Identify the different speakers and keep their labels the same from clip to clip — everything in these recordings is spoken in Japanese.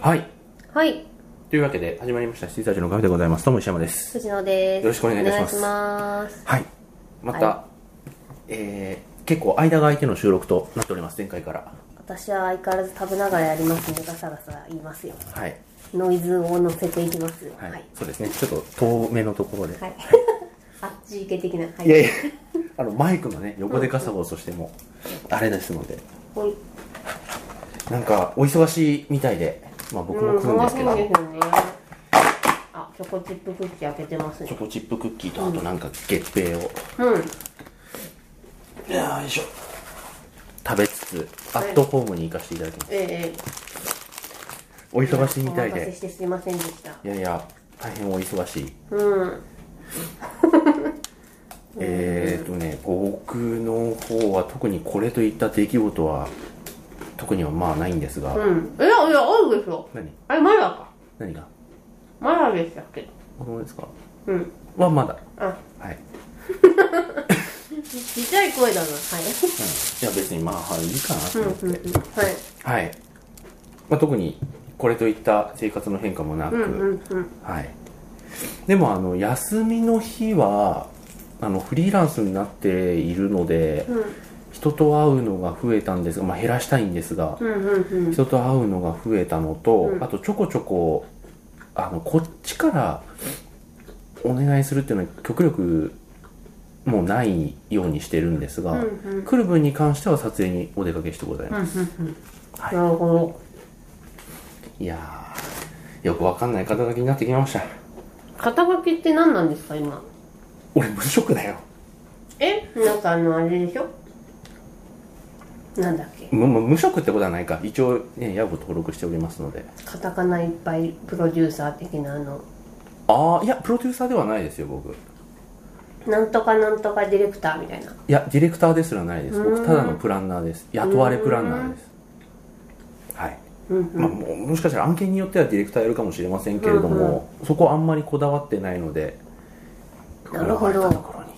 Speaker 1: はい。
Speaker 2: はい、
Speaker 1: というわけで、始まりました、シーサージのカフェでございます。どうも石山です。
Speaker 2: 藤野です。
Speaker 1: よろしくお願いいたします
Speaker 2: お願いします
Speaker 1: はい。また、
Speaker 2: は
Speaker 1: えー、結構間が空いての収録となっております、前回から。
Speaker 2: 私は相変わらず食べながらやりますね。ガサガサ言いますよ。
Speaker 1: はい。
Speaker 2: ノイズを乗せていきますよ。
Speaker 1: は。
Speaker 2: はいい。はい。
Speaker 1: そうですね。ちょっと遠目のところで。
Speaker 2: あっち行け的な。はい
Speaker 1: やいや、 あの、マイクのね、横でガサゴソしても、あれですので。
Speaker 2: ほい。
Speaker 1: なんか、お忙しいみたいで、まあ僕も来るんですけど、
Speaker 2: 忙しいですよね。あ、チョコチップクッキー開けてます
Speaker 1: チョ
Speaker 2: ね。
Speaker 1: コチップクッキーと、あとなんか月餅を、
Speaker 2: うん。
Speaker 1: よいしょ。食べつつ、アットホームに行かせていただきます。
Speaker 2: ええ
Speaker 1: お忙しいみたい
Speaker 2: お待たせ
Speaker 1: で
Speaker 2: し。てすいませんでした。
Speaker 1: いやいや、大変お忙しい。
Speaker 2: うん。
Speaker 1: えーとね、僕の方は特にこれといった出来事は、特にはまあないんですが、
Speaker 2: うん。いやいや、あるでしょ。
Speaker 1: 何
Speaker 2: あれ、マヤか。
Speaker 1: 何が
Speaker 2: マヤでしたっけ
Speaker 1: 本当ですか
Speaker 2: うん。
Speaker 1: はまだ。
Speaker 2: あ、
Speaker 1: はい。うん、い
Speaker 2: ちっちゃい声だな。はい。
Speaker 1: や別にまあ、はいいいかなと
Speaker 2: うん
Speaker 1: 思って。
Speaker 2: うんうん。はい。
Speaker 1: はい。まあ特に、これといった生活の変化もなく、
Speaker 2: うんうんうん。
Speaker 1: はい。でもあの、休みの日は、あの、フリーランスになっているので、
Speaker 2: うん
Speaker 1: 人と会うのが増えたんですが、まあ減らしたいんですが、
Speaker 2: うんうんうん。
Speaker 1: 人と会うのが増えたのと、
Speaker 2: うん
Speaker 1: あとちょこちょこあのこっちからお願いするっていうのは極力もうないようにしてるんですが、
Speaker 2: うんうん
Speaker 1: 来る分に関しては撮影にお出かけしてござい
Speaker 2: うんう
Speaker 1: ま
Speaker 2: ん
Speaker 1: す、
Speaker 2: うん
Speaker 1: は
Speaker 2: なるほど。
Speaker 1: いやーよくわかんない肩書きになってきました
Speaker 2: 肩書きって何なんですか、今。
Speaker 1: 俺無職だよ
Speaker 2: えなんかあの、あれでしょなんだっけ
Speaker 1: むむ無職ってことはないか一応ねヤフー登録しておりますので
Speaker 2: カタカナいっぱいプロデューサー的なあの、
Speaker 1: ああいやプロデューサーではないですよ僕い
Speaker 2: なんとかなんとかディレクターみたいな。
Speaker 1: やディレクターですらないです
Speaker 2: う
Speaker 1: 僕
Speaker 2: ん
Speaker 1: ただのプランナーです雇われプランナーですはい
Speaker 2: うん
Speaker 1: まあ、もうもしかしたら案件によってはディレクターやるかもしれませんけれども、そこはあんまりこだわってないので
Speaker 2: なるほ
Speaker 1: こだ
Speaker 2: ど
Speaker 1: われたところに、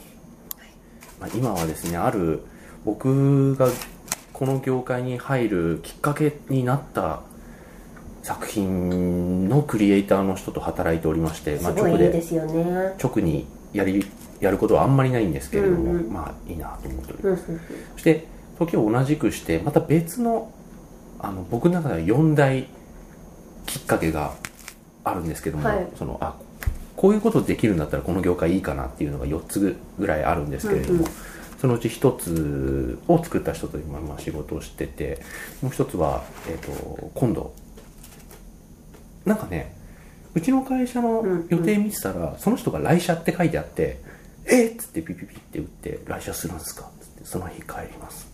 Speaker 1: まあ、今はですねある僕がこの業界に入るきっかけになった作品のクリエイターの人と働いておりまして、
Speaker 2: うん。
Speaker 1: ますあ、
Speaker 2: ご
Speaker 1: 直
Speaker 2: いいいで
Speaker 1: です
Speaker 2: よね。
Speaker 1: 直にやりやることはあんまりないんですけれども、
Speaker 2: うんうん
Speaker 1: まあいいなと思っております
Speaker 2: うんうん
Speaker 1: そして時を同じくしてまた別のあの僕の中では4大きっかけがあるんですけども、
Speaker 2: はい
Speaker 1: そのあこういうことできるんだったらこの業界いいかなっていうのが4つぐらいあるんですけれども、
Speaker 2: うんうん
Speaker 1: そのうち1つを作った人と今、まあ、仕事をしててもう1つは、えー、と今度なんかねうちの会社の予定見てたら、その人が来社って書いてあって「えっ!」つってピピピって打って「来社するんですか?」っつって「その日帰ります」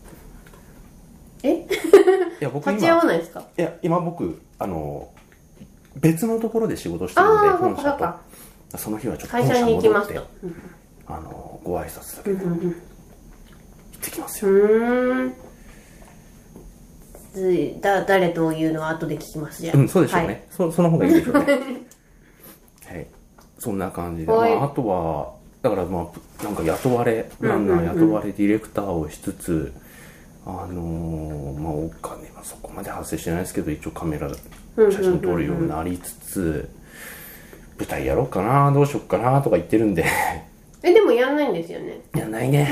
Speaker 2: え
Speaker 1: いや僕
Speaker 2: 立ち会
Speaker 1: 今
Speaker 2: わないですか
Speaker 1: いや今僕あの別のところで仕事してるので
Speaker 2: ああ、そっ
Speaker 1: 本
Speaker 2: かそ
Speaker 1: 社
Speaker 2: っか。
Speaker 1: とその日はちょっと
Speaker 2: 会
Speaker 1: 本
Speaker 2: 社
Speaker 1: 社
Speaker 2: に行き
Speaker 1: 戻
Speaker 2: ま
Speaker 1: っ
Speaker 2: す
Speaker 1: て
Speaker 2: と。うん
Speaker 1: あのご挨拶だけ
Speaker 2: う
Speaker 1: 行
Speaker 2: んうんうん。
Speaker 1: ってきますよ、
Speaker 2: うーんだ誰というのは後で聞きますじゃあ
Speaker 1: うん、そうでしょうね、
Speaker 2: はい
Speaker 1: そその方がいいでしょうねはいそんな感じで、ま
Speaker 2: はい
Speaker 1: あ、あとはだからまあなんか雇われランナ
Speaker 2: うんうん
Speaker 1: ー
Speaker 2: うん
Speaker 1: 雇われディレクターをしつつ、あのーまあお金はそこまで発生してないですけど一応カメラ写真撮るようになりつつ、舞台やろうかなどうしようかなとか言ってるんで
Speaker 2: えでもやんないんですよね
Speaker 1: いや、ないね。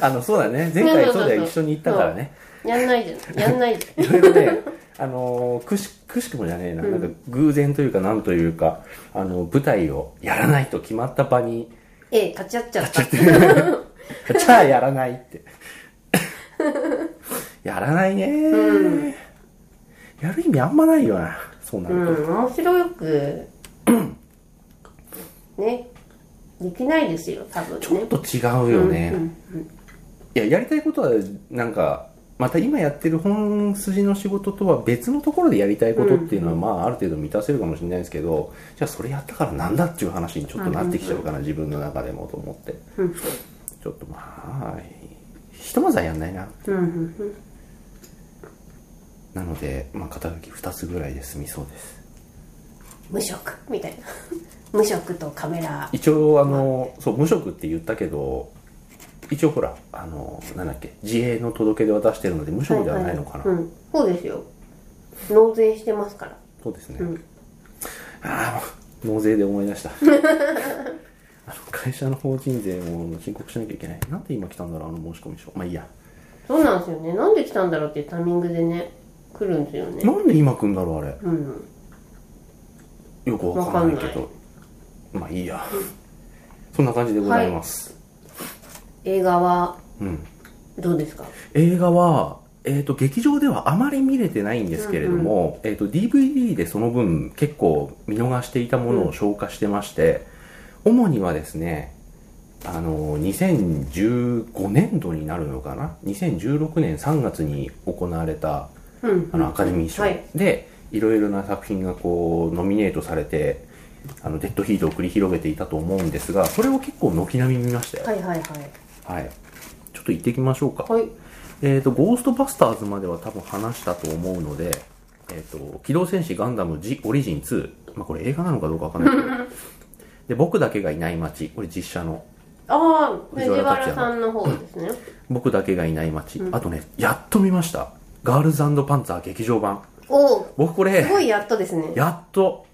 Speaker 1: あの、そうだね。前回そうだよ。一緒に行ったからね。
Speaker 2: やんないじゃんやんないじゃん
Speaker 1: いろいろね、あのーくし、くしくもじゃねえな。なんか偶然というか、なんというか、あの、舞台をやらないと決まった場に、
Speaker 2: ええ立ち会っちゃった
Speaker 1: じゃあやらないって。 やらないね、やる意味あんまないよな。そうな
Speaker 2: う
Speaker 1: ると。
Speaker 2: ん面白くねできないですよ多分ね
Speaker 1: ちょっと違うよね。
Speaker 2: うん
Speaker 1: いや、やりたいことは、なんか、また今やってる本筋の仕事とは別のところでやりたいことっていうのは、まあ、ある程度満たせるかもしれないですけど、じゃあそれやったからなんだっていう話にちょっとなってきちゃうかな、自分の中でもと思って。
Speaker 2: うん
Speaker 1: ちょっとまあ、ひとまずはやんないな。
Speaker 2: うんうんうん
Speaker 1: なので、まあ、肩書き2つぐらいで済みそうです。
Speaker 2: 無職みたいな 無職とカメラ
Speaker 1: 一応、あの、そう、無職って言ったけど、一応ほら、あの、なんだっけ、自営の届け出は出してるので、無職ではないのかな。
Speaker 2: うんそうですよ納税してますから
Speaker 1: そうですね、
Speaker 2: うん
Speaker 1: ああ納税で思い出した あの会社の法人税も申告しなきゃいけないなんで今来たんだろうあの申し込み書まあいいや
Speaker 2: そうなんですよねなんで来たんだろうっていうタイミングでね来るんですよね
Speaker 1: なんで今来んだろうあれ
Speaker 2: うん
Speaker 1: よくわかんないけ
Speaker 2: わ
Speaker 1: どまあいいやそんな感じでございます、
Speaker 2: 映画は
Speaker 1: うん
Speaker 2: どうですか
Speaker 1: 映画はえー、と劇場ではあまり見れてないんですけれども、えー、と DVD でその分結構見逃していたものを消化してまして、主にはですねあの2015年度になるのかな2016年3月に行われた
Speaker 2: うん
Speaker 1: あのアカデミー賞、
Speaker 2: はい
Speaker 1: でいろいろな作品がこうノミネートされてあのデッドヒートを繰り広げていたと思うんですがそれを結構軒並み見ましたよ
Speaker 2: はいはいはい
Speaker 1: はい、ちょっと行ってきましょうか、
Speaker 2: はい
Speaker 1: えっ、とゴーストバスターズまでは多分話したと思うのでえっ、と機動戦士ガンダム G オリジン2、まあ、これ映画なのかどうかわかんないけ どで僕だけがいない街これ実写の
Speaker 2: ああ藤
Speaker 1: 藤原
Speaker 2: 原
Speaker 1: 竜也の
Speaker 2: さんの方ですね
Speaker 1: 僕だけがいない街、あとねやっと見ましたガールズパンツァー劇場版
Speaker 2: おお
Speaker 1: 僕これ
Speaker 2: すごいやっとですね
Speaker 1: やっと、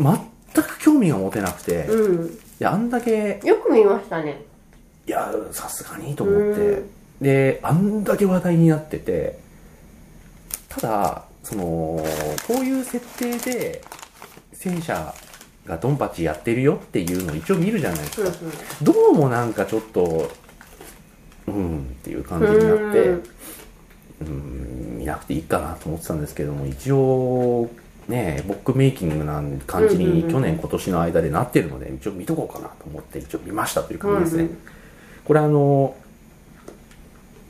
Speaker 1: 全く興味が持てなくて、い
Speaker 2: うん
Speaker 1: や、あんだけ、
Speaker 2: よく見ましたね
Speaker 1: いや、さすがにと思っ
Speaker 2: う
Speaker 1: て、で、あんだけ話題になってて、ただ、その、こういう設定で、戦車がドンパチやってるよっていうのを一応見るじゃないです
Speaker 2: うんう
Speaker 1: か
Speaker 2: ん。
Speaker 1: どうもなんかちょっと、うんっていう感じになって、
Speaker 2: うん
Speaker 1: うん見なくていいかなと思ってたんですけども一応ねボックメイキングな感じ
Speaker 2: うんうんう
Speaker 1: に
Speaker 2: ん
Speaker 1: 去年今年の間でなってるので一応見とこうかなと思って一応見ましたという感じですね、
Speaker 2: うんうん
Speaker 1: これあの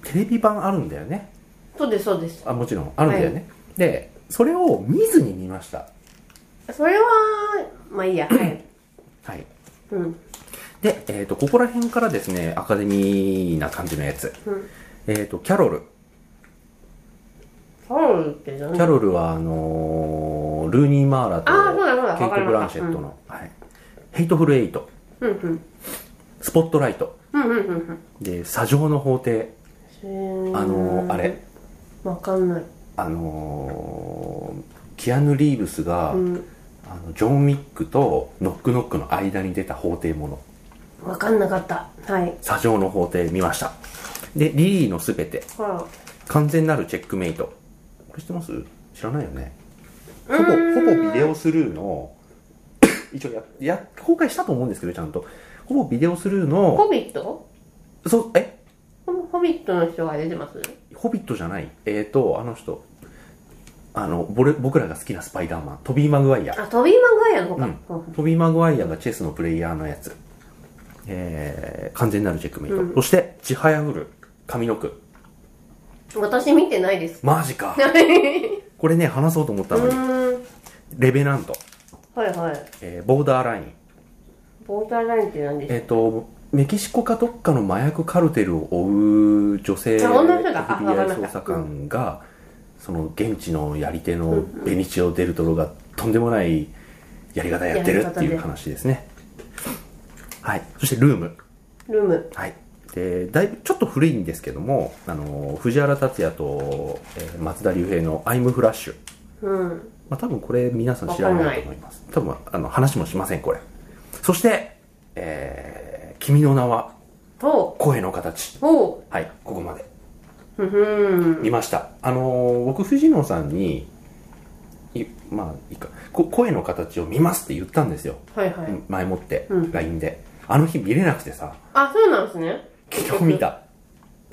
Speaker 1: テレビ版あるんだよね
Speaker 2: そうですそうです
Speaker 1: あもちろんあるんだよね、でそれを見ずに見ました
Speaker 2: それはまあいいや はい
Speaker 1: はい
Speaker 2: うん
Speaker 1: で、えー、とここら辺からですねアカデミーな感じのやつ、
Speaker 2: うん
Speaker 1: えっ、とキャロル
Speaker 2: キャロルって何
Speaker 1: キャロルはあのールーニー・マーラと
Speaker 2: あーそうだそうだ
Speaker 1: ケイ
Speaker 2: わか
Speaker 1: ト・
Speaker 2: り
Speaker 1: ブラ
Speaker 2: ま
Speaker 1: ン
Speaker 2: し
Speaker 1: シ
Speaker 2: た
Speaker 1: ェットの、はい、ヘイトフル・エイト
Speaker 2: うんうん
Speaker 1: スポットライト
Speaker 2: うんうんうん
Speaker 1: で「砂上の法廷
Speaker 2: う」ん
Speaker 1: あのーあれ
Speaker 2: わかんない
Speaker 1: あのーキアヌ・リーブスが、
Speaker 2: うん
Speaker 1: あのジョン・ウィックとノックノックの間に出た法廷もの
Speaker 2: わかんなかったはい
Speaker 1: 「砂上の法廷」見ましたで「リリーのすべて」
Speaker 2: ほら
Speaker 1: 「完全なるチェックメイト」これ知ってます知らないよねほぼ
Speaker 2: うーん
Speaker 1: ほぼビデオスルーの一応やや公開したと思うんですけどちゃんとほぼビデオスルーの
Speaker 2: ホビット
Speaker 1: そうえ
Speaker 2: ホホビットの人が出てます
Speaker 1: ホビットじゃない、えーと、あの人、あの、ぼれ僕らが好きなスパイダーマン、トビー・マグワイア。
Speaker 2: あトビー・マグワイアの方か、
Speaker 1: うんトビー・マグワイアがチェスのプレイヤーのやつ。えー、完全なるチェックメイト。
Speaker 2: うん
Speaker 1: そして、ちはやふる、上の句。
Speaker 2: うん私見てないです
Speaker 1: マジ か。
Speaker 2: う
Speaker 1: これね、話そうと思ったのに。
Speaker 2: ーん
Speaker 1: レベナント、
Speaker 2: はいはい
Speaker 1: えーボーダーライン。
Speaker 2: ボーダーラインって何です
Speaker 1: えっ、と、メキシコかどっかの麻薬カルテルを追う女性
Speaker 2: あ女の人だあ
Speaker 1: FBI
Speaker 2: わかりました
Speaker 1: 捜査官が、その現地のやり手のベニチオ・デルトロがとんでもないやり方やってるって
Speaker 2: や
Speaker 1: い
Speaker 2: り方で
Speaker 1: う話ですね。はい。そして、ルーム。
Speaker 2: ルーム
Speaker 1: はい。で、だいぶ、ちょっと古いんですけども、あの、藤原竜也と、えー松田龍平のアイムフラッシュ。
Speaker 2: うん
Speaker 1: まあ、多分これ皆さん知らないと思います。多分、あの、話もしません、これ。そして、えー君の名は
Speaker 2: と
Speaker 1: 声の形
Speaker 2: ほ
Speaker 1: はいここまで
Speaker 2: うふふん
Speaker 1: 見ましたあのー僕藤野さんにいまあいいかこ声の形を見ますって言ったんですよ、
Speaker 2: はいはい、
Speaker 1: 前もって、
Speaker 2: うん
Speaker 1: LINE であの日見れなくてさ
Speaker 2: あそうなんですね
Speaker 1: 結局見た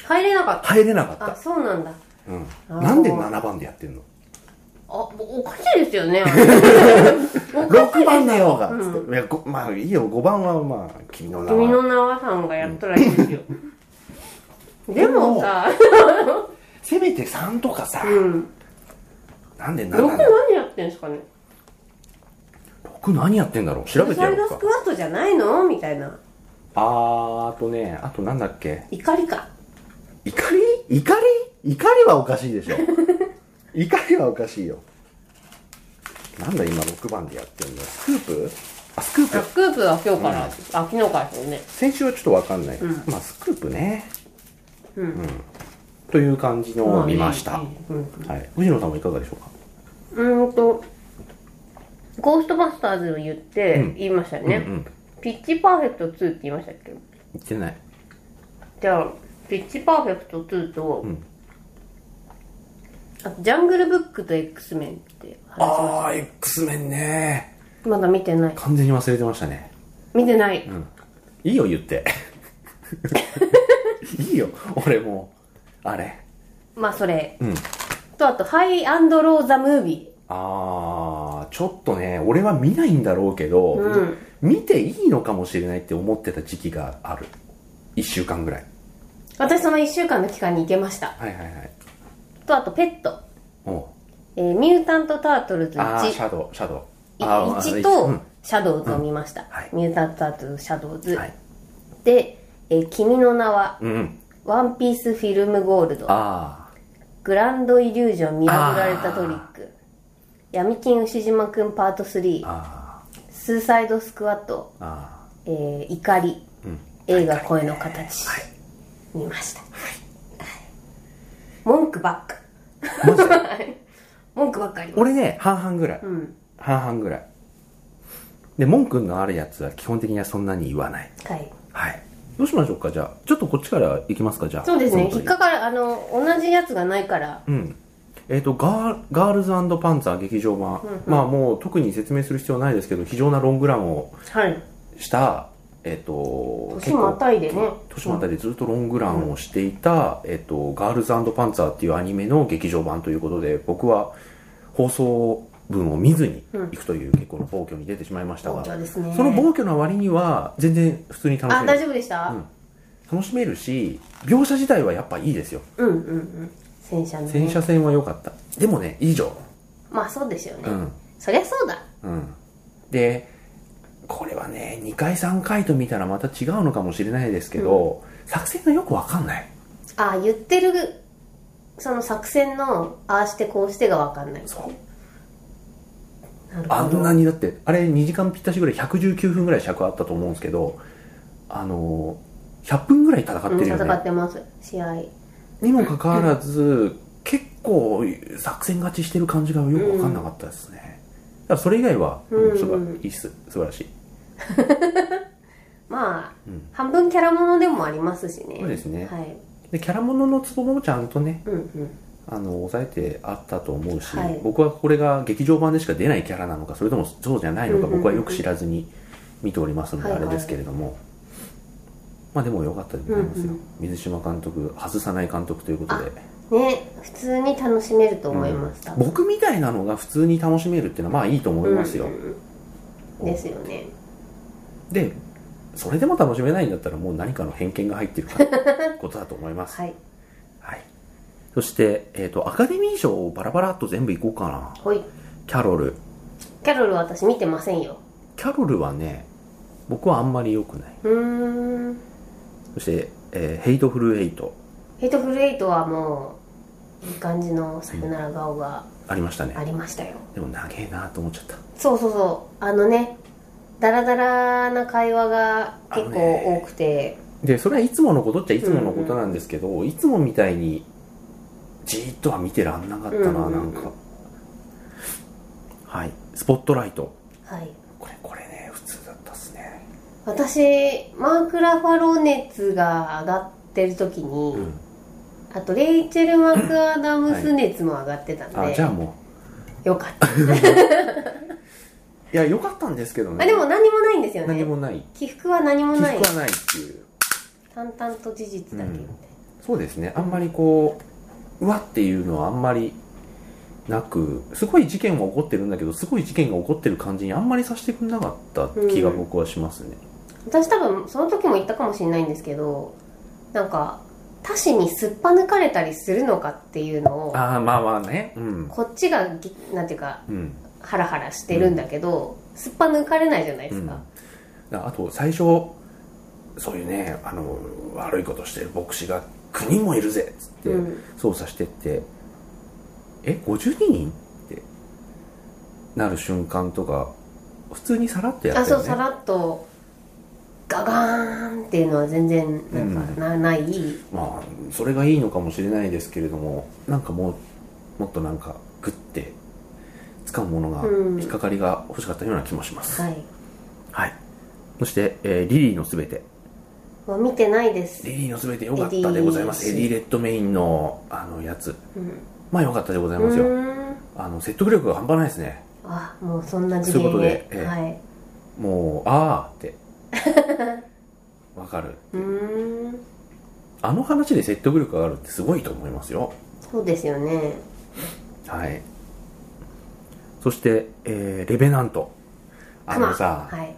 Speaker 2: 入れなかっ
Speaker 1: 入れなかった
Speaker 2: あ
Speaker 1: た、
Speaker 2: そうなんだ
Speaker 1: うん、
Speaker 2: ー
Speaker 1: なんで7番でやってんの
Speaker 2: あおおかしいですよ ねあれおかし
Speaker 1: 6
Speaker 2: い
Speaker 1: 番だよがつって、
Speaker 2: う
Speaker 1: いやごまあいいよ5番はまあ君の名
Speaker 2: 君の
Speaker 1: は
Speaker 2: 名はさんがやっとらいいです よでもさ
Speaker 1: せめて3とかさ、
Speaker 2: うん
Speaker 1: なんで7
Speaker 2: よく
Speaker 1: な
Speaker 2: 何やってんすかね
Speaker 1: 6何やってんだろう調べてや
Speaker 2: サイ
Speaker 1: ろう
Speaker 2: ドス
Speaker 1: か
Speaker 2: クワットじゃないのみたいな
Speaker 1: あーあとねあとなんだっけ
Speaker 2: 怒りか
Speaker 1: 怒り怒り怒りはおかしいでし ょ怒りはおかしいよなんだ今6番でやってんのスクープあスクー
Speaker 2: あ
Speaker 1: プ
Speaker 2: スクープは今日から、あ昨日からですよね
Speaker 1: 先週はちょっとわかんない、
Speaker 2: ん
Speaker 1: まあスクープね
Speaker 2: うん
Speaker 1: という感じのを見ました、
Speaker 2: うんうん
Speaker 1: はい、藤野さんはいかがでしょうか
Speaker 2: うーんとゴーストバスターズを言って
Speaker 1: うん
Speaker 2: 言いましたよ
Speaker 1: うんう
Speaker 2: ね、
Speaker 1: ん
Speaker 2: ピッチパーフェクト2って言いましたっけ
Speaker 1: 言ってない
Speaker 2: じゃあピッチパーフェクト2と、
Speaker 1: うん
Speaker 2: あとジャングルブックと X メンって話しまし
Speaker 1: ああ X メンね
Speaker 2: たまだ見てない
Speaker 1: 完全に忘れてましたね
Speaker 2: 見てない、
Speaker 1: いいよ言って いいよ俺もうあれ
Speaker 2: まあそれ
Speaker 1: うん
Speaker 2: とあとハイアンドローザムービ
Speaker 1: あーちょっとね俺は見ないんだろうけど、
Speaker 2: うん
Speaker 1: 見ていいのかもしれないって思ってた時期がある1週間ぐらい
Speaker 2: ー私その1週間の期間に行けました
Speaker 1: はいはいはい
Speaker 2: とあとペット、
Speaker 1: おう
Speaker 2: えーミュータント・タートルズ
Speaker 1: ああシ
Speaker 2: 1
Speaker 1: ャドウシャドウあー
Speaker 2: 1
Speaker 1: う
Speaker 2: と
Speaker 1: ん
Speaker 2: シャドウズを見ました、
Speaker 1: はい
Speaker 2: ミュータント・タートルズシャドウズ、
Speaker 1: はい
Speaker 2: で、えー君の名は」
Speaker 1: うんうん
Speaker 2: 「ワンピースフィルムゴールド」
Speaker 1: あ
Speaker 2: 「グランドイリュージョン見破られたトリック」「闇金牛島くんパート
Speaker 1: ー
Speaker 2: 3」
Speaker 1: あ
Speaker 2: 「スーサイドスクワット
Speaker 1: ー」あ
Speaker 2: えー怒り」
Speaker 1: ーうん
Speaker 2: 映画「声の形」見ました、文句ばっか
Speaker 1: マジで
Speaker 2: 文句ばっかあります
Speaker 1: 俺ね半々ぐらい、
Speaker 2: うん
Speaker 1: 半々ぐらいで文句のあるやつは基本的にはそんなに言わない
Speaker 2: はい
Speaker 1: はいどうしましょうかじゃあちょっとこっちからいきますかじゃあ
Speaker 2: そうですね
Speaker 1: 本当
Speaker 2: 引っ
Speaker 1: に
Speaker 2: かかるあの同じやつがないから
Speaker 1: うんえっとガーガールズパンツァー劇場版、まあもう特に説明する必要ないですけど非常なロングランを
Speaker 2: はい
Speaker 1: したえっ、と
Speaker 2: 年またいでね
Speaker 1: 年またいでずっとロングランをしていた、えっと、ガールズパンツァーっていうアニメの劇場版ということで僕は放送分を見ずに行くという結構の暴挙に出てしまいましたが、
Speaker 2: 本当ですね
Speaker 1: その暴挙の割には全然普通に楽し
Speaker 2: あ
Speaker 1: め
Speaker 2: 大
Speaker 1: る
Speaker 2: 丈夫でした、
Speaker 1: ん楽しめるし描写自体はやっぱいいですよ
Speaker 2: うん、うんうん戦車のね
Speaker 1: 戦車戦は良かったでもね以上
Speaker 2: まあそうですよね、
Speaker 1: うん
Speaker 2: そりゃそうだ
Speaker 1: うんでこれはね2回3回と見たらまた違うのかもしれないですけど、作戦がよくわかんない
Speaker 2: あ言ってるその作戦のああしてこうしてが分かんない
Speaker 1: そう
Speaker 2: なるほど
Speaker 1: あんなにだってあれ2時間ぴったしぐらい119分ぐらい尺あったと思うんですけどあの100分ぐらい戦っ
Speaker 2: うん
Speaker 1: てるよ
Speaker 2: 戦
Speaker 1: ね
Speaker 2: ってます試合
Speaker 1: にもかかわらず結構作戦勝ちしてる感じがよく分かんなかったですね、だからそれ以外は、
Speaker 2: うん
Speaker 1: うんすばいいっす素晴らしい
Speaker 2: まあ、
Speaker 1: うん
Speaker 2: 半分キャラものでもありますしね
Speaker 1: そうですね
Speaker 2: はい
Speaker 1: でキャラもののツボもちゃんとね
Speaker 2: うんうん
Speaker 1: あの抑えてあったと思うし、
Speaker 2: はい
Speaker 1: 僕はこれが劇場版でしか出ないキャラなのかそれともそうじゃないのか
Speaker 2: うんうんうん
Speaker 1: 僕はよく知らずに見ておりますので
Speaker 2: はい
Speaker 1: あ
Speaker 2: はい
Speaker 1: れですけれども、まあでも良かったでございますよ、
Speaker 2: うんうん
Speaker 1: 水島監督外さない監督ということで、
Speaker 2: ね普通に楽しめると思いました、
Speaker 1: うん僕みたいなのが普通に楽しめるっていうのはまあいいと思いますよ、
Speaker 2: うんうんうんですよね
Speaker 1: でそれでも楽しめないんだったらもう何かの偏見が入ってるからことだと思います、
Speaker 2: はい
Speaker 1: はい、そして、えー、とアカデミー賞をバラバラっと全部いこうかな
Speaker 2: ほい
Speaker 1: キャロル
Speaker 2: キャロルは私見てませんよ
Speaker 1: キャロルはね僕はあんまり良くないう
Speaker 2: ーん
Speaker 1: そして、えーヘイトフルエイト
Speaker 2: ヘイトフルエイトはもういい感じのさよなら顔が
Speaker 1: ありましたね
Speaker 2: ありましたよ
Speaker 1: でも長えなと思っちゃった
Speaker 2: そうそうそうあのねダラダラな会話が結
Speaker 1: あの
Speaker 2: 構
Speaker 1: ね
Speaker 2: 多くて、
Speaker 1: でそれはいつものことっちゃいつものことなんですけど、いつもみたいにじーっとは見てらんなかったな、
Speaker 2: うんうんうん
Speaker 1: なんかはいスポットライト
Speaker 2: はい
Speaker 1: これこれね普通だったっすね
Speaker 2: 私マーク・ラファロー熱が上がってる時に、
Speaker 1: うん
Speaker 2: あとレイチェル・マクアダムス熱も上がってたんで、
Speaker 1: あじゃあも
Speaker 2: よかった
Speaker 1: ういや良かったんですけどね
Speaker 2: あでも何もないんですよ
Speaker 1: 何
Speaker 2: ね
Speaker 1: もない
Speaker 2: 起伏は何も
Speaker 1: 起
Speaker 2: ない
Speaker 1: 伏はないっていう
Speaker 2: 淡々と事実だけみたいな、
Speaker 1: そうですねあんまりこううわっていうのはあんまりなくすごい事件は起こってるんだけどすごい事件が起こってる感じにあんまりさせてくれなかった気が僕はしますね、
Speaker 2: 私多分その時も言ったかもしれないんですけどなんか他市にすっぱ抜かれたりするのかっていうのを
Speaker 1: ああまあまあねうん
Speaker 2: こっちがぎなんていうか
Speaker 1: うん、
Speaker 2: ハラハラしてるんだけど、すっぱ抜かれないじゃないで
Speaker 1: う
Speaker 2: す
Speaker 1: ん、
Speaker 2: か
Speaker 1: だ、あと最初そういうねあの悪いことしてる牧師が9人もいるぜっつって
Speaker 2: うん
Speaker 1: 捜査してって、え52人ってなる瞬間とか普通にさらってや
Speaker 2: あ
Speaker 1: ったよ
Speaker 2: そう
Speaker 1: ね
Speaker 2: さらっとガガーンっていうのは全然なんかな,、ない
Speaker 1: まあそれがいいのかもしれないですけれどもなんかもうもっとなんかグッてかむものが、
Speaker 2: うん
Speaker 1: 引っかかりが欲しかったような気もします。
Speaker 2: はい
Speaker 1: はい。そして、えーリリーのすべて。
Speaker 2: は見てないです、
Speaker 1: リリーのすべて良かったでございます。エ
Speaker 2: エデ
Speaker 1: デ
Speaker 2: ィ
Speaker 1: ィ・レッドメインの、あの、やつ。
Speaker 2: うん、
Speaker 1: まあ良かったでございうますよ。
Speaker 2: ーん
Speaker 1: あの、説得力が半端ないですね。
Speaker 2: あもうそんな次元
Speaker 1: そういう
Speaker 2: へ
Speaker 1: ことでええ
Speaker 2: はい
Speaker 1: もう、あー って。わかる。
Speaker 2: うーん
Speaker 1: あの話で説得力があるってすごいと思いますよ。
Speaker 2: そうですよね
Speaker 1: はい。そして、えーレベナント。あのさ、
Speaker 2: はい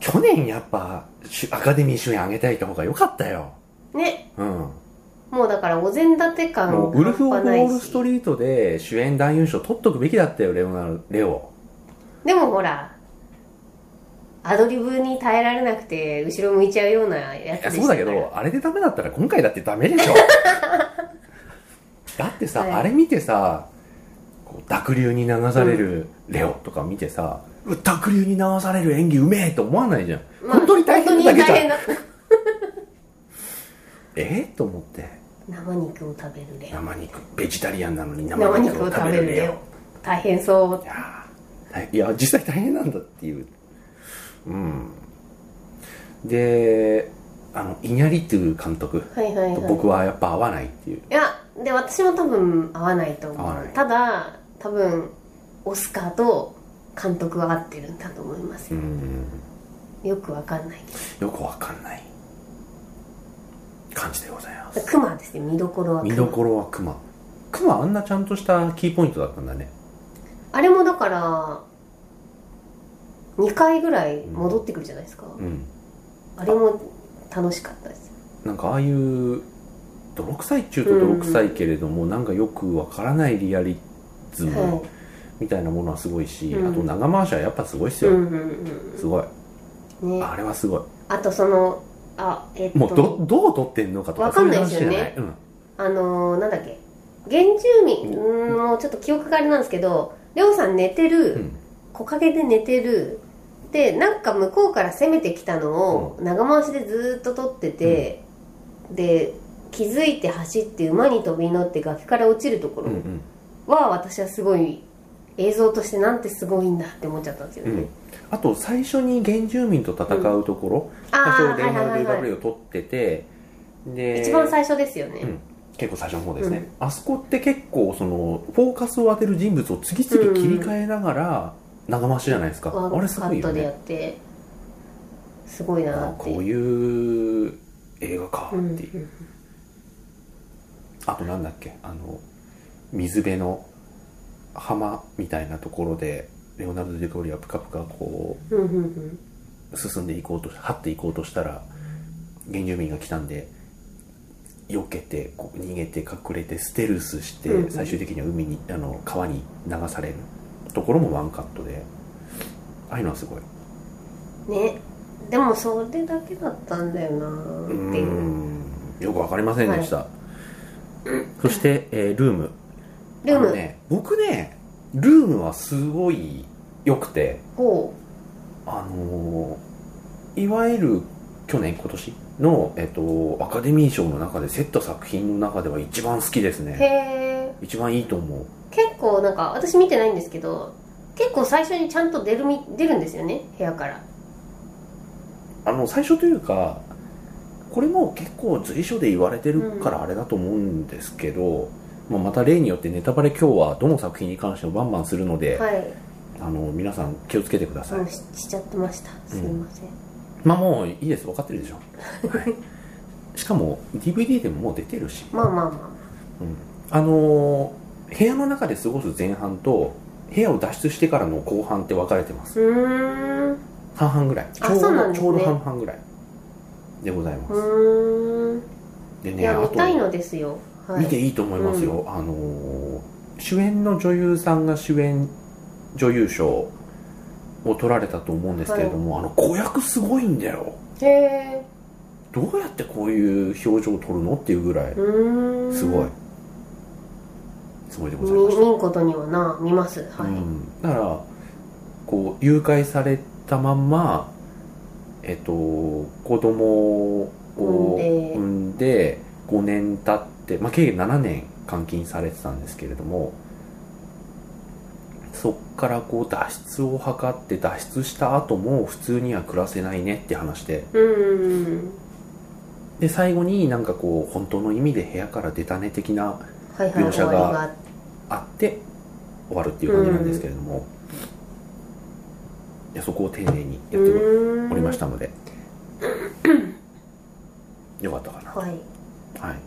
Speaker 1: 去年やっぱ、主アカデミー主演あげたいた方が良かったよ。
Speaker 2: ね
Speaker 1: うん。
Speaker 2: もうだからお膳立て感
Speaker 1: もうウルフ・オブ・ウ
Speaker 2: 半端ない
Speaker 1: ォ
Speaker 2: し
Speaker 1: ール・ストリートで主演男優賞取っとくべきだったよ、レオナルレオ。
Speaker 2: でもほらアドリブに耐えられなくて後ろ向いちゃうようなや
Speaker 1: い
Speaker 2: つ
Speaker 1: や、
Speaker 2: でしたから
Speaker 1: そうだけど、あれでダメだったら今回だってダメ でしょ。だってさ、
Speaker 2: はい
Speaker 1: あれ見てさ、こう濁流に流されるレオとか見てさ、うわ濁流に流される演技うめえと思わないじゃん。
Speaker 2: まあ
Speaker 1: 本当に大変
Speaker 2: 本当
Speaker 1: だ
Speaker 2: に
Speaker 1: けじゃ
Speaker 2: 大
Speaker 1: ん
Speaker 2: 変。だ
Speaker 1: えーと思って
Speaker 2: 生肉を食べるレオ
Speaker 1: 生肉ベジタリアンなのに
Speaker 2: 生
Speaker 1: 生
Speaker 2: 肉
Speaker 1: 肉を
Speaker 2: を食
Speaker 1: 食
Speaker 2: べ
Speaker 1: べ
Speaker 2: る
Speaker 1: る
Speaker 2: レ
Speaker 1: レ
Speaker 2: オ
Speaker 1: オ
Speaker 2: 大変そう
Speaker 1: いやー大いや実際大変なんだっていううんであのイニャリトゥ監督
Speaker 2: はいはい
Speaker 1: と
Speaker 2: はい
Speaker 1: 僕はやっぱ合わないっていう
Speaker 2: いやで私も多分合わないと思
Speaker 1: 合わ
Speaker 2: う
Speaker 1: ない
Speaker 2: ただ多分オスカーと監督は合ってるんだと思います
Speaker 1: う
Speaker 2: よ、
Speaker 1: ん
Speaker 2: よくわかんないです
Speaker 1: よくわかんない感じでござい ます
Speaker 2: クマですね見どころは
Speaker 1: 見
Speaker 2: 熊
Speaker 1: どころはクマクマあんなちゃんとしたキーポイントだったんだね
Speaker 2: あれもだから2回ぐらい戻ってくるじゃないですか、
Speaker 1: うん
Speaker 2: あれも楽しかったです
Speaker 1: なんかああいう泥臭いっちゅうと泥臭いけれども、なんかよくわからないリアリズム
Speaker 2: は
Speaker 1: みたいなものはすごいし、
Speaker 2: う
Speaker 1: あ
Speaker 2: ん
Speaker 1: と長回しはやっぱすごいっす
Speaker 2: い、う
Speaker 1: よ、
Speaker 2: んうん
Speaker 1: すごい
Speaker 2: うんね
Speaker 1: あれはすごい
Speaker 2: あとそのあえっと
Speaker 1: もうどどう撮ってんのかとか
Speaker 2: わかんないです
Speaker 1: そ
Speaker 2: よね
Speaker 1: うう話じゃない
Speaker 2: あのーなんだっけ原住民うーんもうちょっと記憶があれなんですけどりょうさん寝てる、
Speaker 1: うんうん
Speaker 2: 木陰で寝てるでなんか向こうから攻めてきたのを長回しでずーっと撮ってて、で気づいて走って馬に飛び乗って崖から落ちるとこ
Speaker 1: うん
Speaker 2: ろは私はすごい映像としてなんてすごいんだって思っちゃったんですよ
Speaker 1: うんうん
Speaker 2: ね、
Speaker 1: あと最初に原住民と戦うところ、多
Speaker 2: ああ
Speaker 1: 少
Speaker 2: ー
Speaker 1: 電
Speaker 2: はい
Speaker 1: 話
Speaker 2: はい
Speaker 1: の
Speaker 2: はいはい
Speaker 1: DW を撮っててで
Speaker 2: 一番最初ですよね、
Speaker 1: うん結構最初の方ですね、あそこって結構そのフォーカスを当てる人物を次々切り替えながら長回しじゃないですか、
Speaker 2: ワ
Speaker 1: あれ
Speaker 2: ン
Speaker 1: す
Speaker 2: カ
Speaker 1: ごい
Speaker 2: ッ
Speaker 1: よ
Speaker 2: トでや
Speaker 1: ね
Speaker 2: ってすごいな
Speaker 1: あ
Speaker 2: って
Speaker 1: こういう映画かっていう、
Speaker 2: うんうん
Speaker 1: あとなんだっけあの水辺の浜みたいなところでレオナルド・ディカプリオがプカプカこ
Speaker 2: うんうんうん
Speaker 1: う進んでいこうとし張っていこうとしたら原住民が来たんで避けてこう逃げて隠れてステルスして、
Speaker 2: うん
Speaker 1: 最終的には海にあの川に流されるところもワンカットでああいうのはすごい
Speaker 2: ねでもそれだけだったんだよなー
Speaker 1: う
Speaker 2: っていう
Speaker 1: ーんよくわかりませんでした、そして、えールーム
Speaker 2: ルー
Speaker 1: あの
Speaker 2: ム、
Speaker 1: ね、僕ねルームはすごい良くて
Speaker 2: こ
Speaker 1: あのーいわゆる去年今年の、えっと、アカデミー賞の中で競った作品の中では一番好きです
Speaker 2: う
Speaker 1: ね
Speaker 2: へえ
Speaker 1: 一番いいと思う
Speaker 2: 結構なんか私見てないんですけど結構最初にちゃんと出るみ出るんですよね部屋から
Speaker 1: あの最初というかこれも結構随所で言われてるか
Speaker 2: う
Speaker 1: らあれだと思うんですけど、まあ、また例によってネタバレ今日はどの作品に関してもバンバンするので、
Speaker 2: はい、
Speaker 1: あの皆さん気をつけてください、
Speaker 2: もうししちゃってましたすいません、
Speaker 1: まあもういいです分かってるで しょ、はい、しかも DVD でももう出てるし、
Speaker 2: まあまあま
Speaker 1: うんあのー部屋の中で過ごす前半と部屋を脱出してからの後半って分かれてま
Speaker 2: あ
Speaker 1: す
Speaker 2: うーんう
Speaker 1: 半々ぐらいち
Speaker 2: あ
Speaker 1: ょう
Speaker 2: そうな
Speaker 1: ど
Speaker 2: んです
Speaker 1: ち
Speaker 2: ね
Speaker 1: ょうど半々ぐらいでございます、
Speaker 2: ーん
Speaker 1: で
Speaker 2: い
Speaker 1: ね
Speaker 2: や
Speaker 1: あ
Speaker 2: 見たい
Speaker 1: と
Speaker 2: のですよ、はい、
Speaker 1: 見ていいと思いますよ、あのー主演の女優さんが主演女優賞を取られたと思うんですけれども、あの子役すごいんだよ
Speaker 2: へえ
Speaker 1: どうやってこういう表情を取るのっていうぐらいう
Speaker 2: ーん
Speaker 1: すごいすごいでございま
Speaker 2: 見
Speaker 1: し
Speaker 2: 見んことにはな見ます
Speaker 1: た、
Speaker 2: はい、
Speaker 1: うん、だからこう誘拐されたまんまえっと子供を
Speaker 2: 産んで
Speaker 1: 産んで5年経って、まあ、計7年監禁されてたんですけれどもそっからこう脱出を図って脱出した後も普通には暮らせないねって話で
Speaker 2: うん
Speaker 1: で最後になんかこう本当の意味で部屋から出たね的な
Speaker 2: はいはい
Speaker 1: 描
Speaker 2: 終
Speaker 1: 写が
Speaker 2: わりがあっ
Speaker 1: あって終わるっていう感じなんですけれども、いやそこを丁寧にやっておりましたた ので、よかったかな
Speaker 2: はい
Speaker 1: はい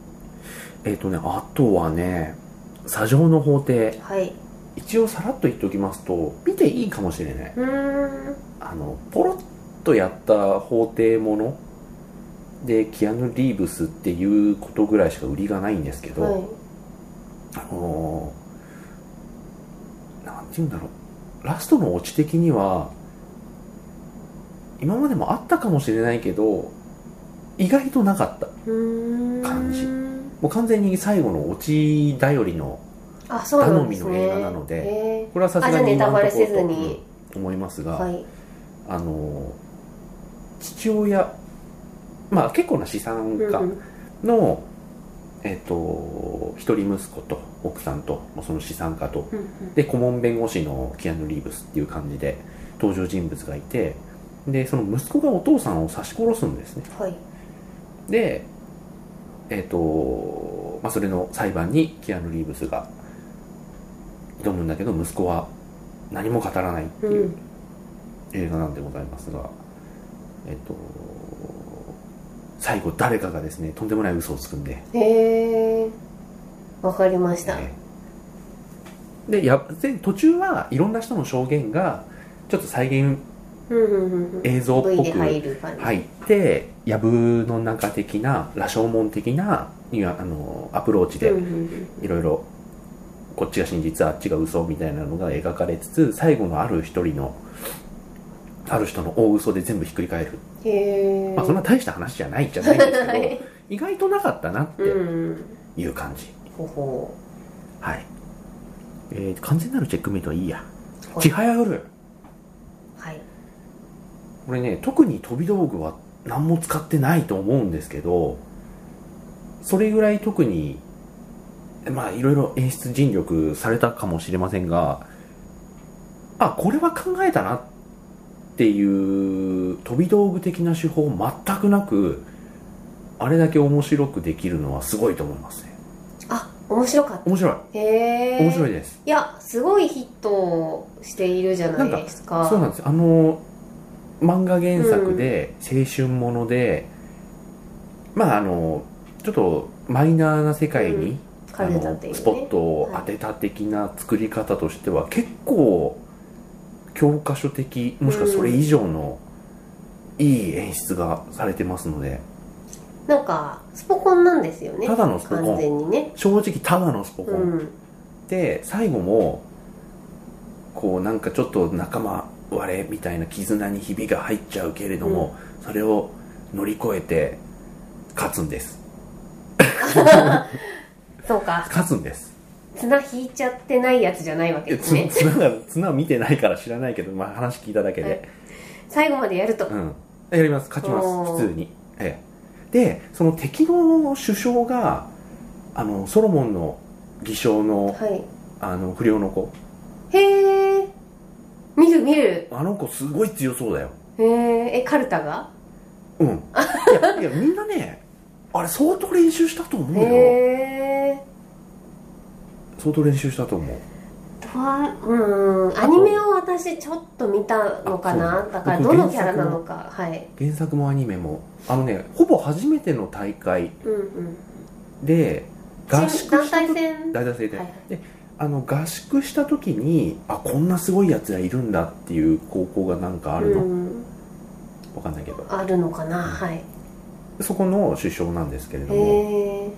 Speaker 1: えっ、とねあとはね「砂上の法廷
Speaker 2: はい」
Speaker 1: 一応さらっと言っておきますと見ていいかもしれないう
Speaker 2: ーん
Speaker 1: あのポロッとやった法廷ものでキアヌ・リーブスっていうことぐらいしか売りがないんですけど、
Speaker 2: はい
Speaker 1: あのーなんて言うんだろうラストのオチ的には今までもあったかもしれないけど意外となかったも
Speaker 2: うーん
Speaker 1: 感じう完全に最後のオチ頼りの
Speaker 2: あそうなんですね
Speaker 1: 頼みの映画なので
Speaker 2: へ
Speaker 1: これはさすが
Speaker 2: あじ
Speaker 1: に
Speaker 2: ゃあネタバレせ
Speaker 1: 今
Speaker 2: ずに
Speaker 1: のところとうん思いますが、
Speaker 2: ーはい
Speaker 1: あのー父親まあ結構な資産家、
Speaker 2: うんうん
Speaker 1: の、えっと一人息子と奥さんとまあその資産家と
Speaker 2: うん
Speaker 1: で顧問弁護士のキアヌ・リーブスっていう感じで登場人物がいてでその息子がお父さんを刺し殺すんですね
Speaker 2: うんはい
Speaker 1: でえっ、と、まあ、それの裁判にキアヌ・リーブスが挑むんだけど息子は何も語らないっていううん映画なんでございますが、えっ、と最後誰かがですねとんでもない嘘をつくんで
Speaker 2: へえわかりました、
Speaker 1: ねでやで途中はいろんな人の証言がちょっと再現
Speaker 2: うんうんうんうん
Speaker 1: 映像っぽ
Speaker 2: V で
Speaker 1: く
Speaker 2: 入る感じ
Speaker 1: 入ってやぶの中的な羅生門的なにはあのアプローチ
Speaker 2: う
Speaker 1: で
Speaker 2: んうん
Speaker 1: いろいろこっちが真実あっちが嘘みたいなのが描かれつつ最後のある一人のある人の大嘘で全部ひっくり返る、
Speaker 2: うんへえ
Speaker 1: まあ、そんな大した話じゃないじゃないんですけど、
Speaker 2: はい
Speaker 1: 意外となかったなって
Speaker 2: うん
Speaker 1: いう感じ、
Speaker 2: ほほ
Speaker 1: はい、えー完全なるチェックメイトはいいや
Speaker 2: うはい
Speaker 1: ちはやがる
Speaker 2: はい
Speaker 1: これね特に飛び道具は何も使ってないと思うんですけどそれぐらい特にまあいろいろ演出尽力されたかもしれませんがあこれは考えたなっていう飛び道具的な手法全くなくあれだけ面白くできるのはすごいと思いますね
Speaker 2: あ面白かっ
Speaker 1: 面白い
Speaker 2: たへえ
Speaker 1: 面白い
Speaker 2: い
Speaker 1: です、
Speaker 2: いやすごいヒットをしているじゃないですか
Speaker 1: そうなんですあの漫画原作で青春もので、まああのちょっとマイナーな世界に、あ
Speaker 2: カルタ
Speaker 1: の
Speaker 2: っていうね
Speaker 1: スポットを当てた的な作り方としては、結構教科書的もしくはそれ以上のいい演出がされてますので、
Speaker 2: なんかスポコンなんですよね
Speaker 1: ただのスポコ
Speaker 2: 完
Speaker 1: ン
Speaker 2: 全にね
Speaker 1: 正直ただのスポコ
Speaker 2: う
Speaker 1: ン
Speaker 2: ん
Speaker 1: で最後もこうなんかちょっと仲間割れみたいな絆にひびが入っちゃうけれども、それを乗り越えて勝つんです
Speaker 2: そうか
Speaker 1: 勝つんです
Speaker 2: 綱引いちゃってないやつじゃないわけです
Speaker 1: 綱
Speaker 2: ね
Speaker 1: 綱が綱見てないから知らないけど、まあ、話聞いただけで、
Speaker 2: 最後までやると
Speaker 1: うん、やります勝ちま
Speaker 2: おー
Speaker 1: す普通に、ええ、でその敵の首相があのソロモンの偽証の
Speaker 2: はい
Speaker 1: あの不良の子
Speaker 2: へえ見る見る
Speaker 1: あの子すごい強そうだよ
Speaker 2: へええカルタが
Speaker 1: うんいやいやみんなねあれ相当練習したと思うよ
Speaker 2: へえ
Speaker 1: 相当練習したと思う
Speaker 2: とはうんアニメを私ちょっと見たのか
Speaker 1: あ
Speaker 2: な
Speaker 1: そう
Speaker 2: だからど
Speaker 1: 僕
Speaker 2: のキャラなのかはい
Speaker 1: 原作もアニメもあのねほぼ初めての大会
Speaker 2: うんうん
Speaker 1: で合
Speaker 2: チーム
Speaker 1: 宿
Speaker 2: 団
Speaker 1: した
Speaker 2: 体
Speaker 1: 時
Speaker 2: 戦
Speaker 1: 大体制で,、
Speaker 2: はい
Speaker 1: であの合宿した時にあこんなすごいやつがいるんだっていう高校がなんかあるの、
Speaker 2: うん、
Speaker 1: わかんないけど
Speaker 2: あるのかなはい
Speaker 1: そこの首相なんですけれども
Speaker 2: へえ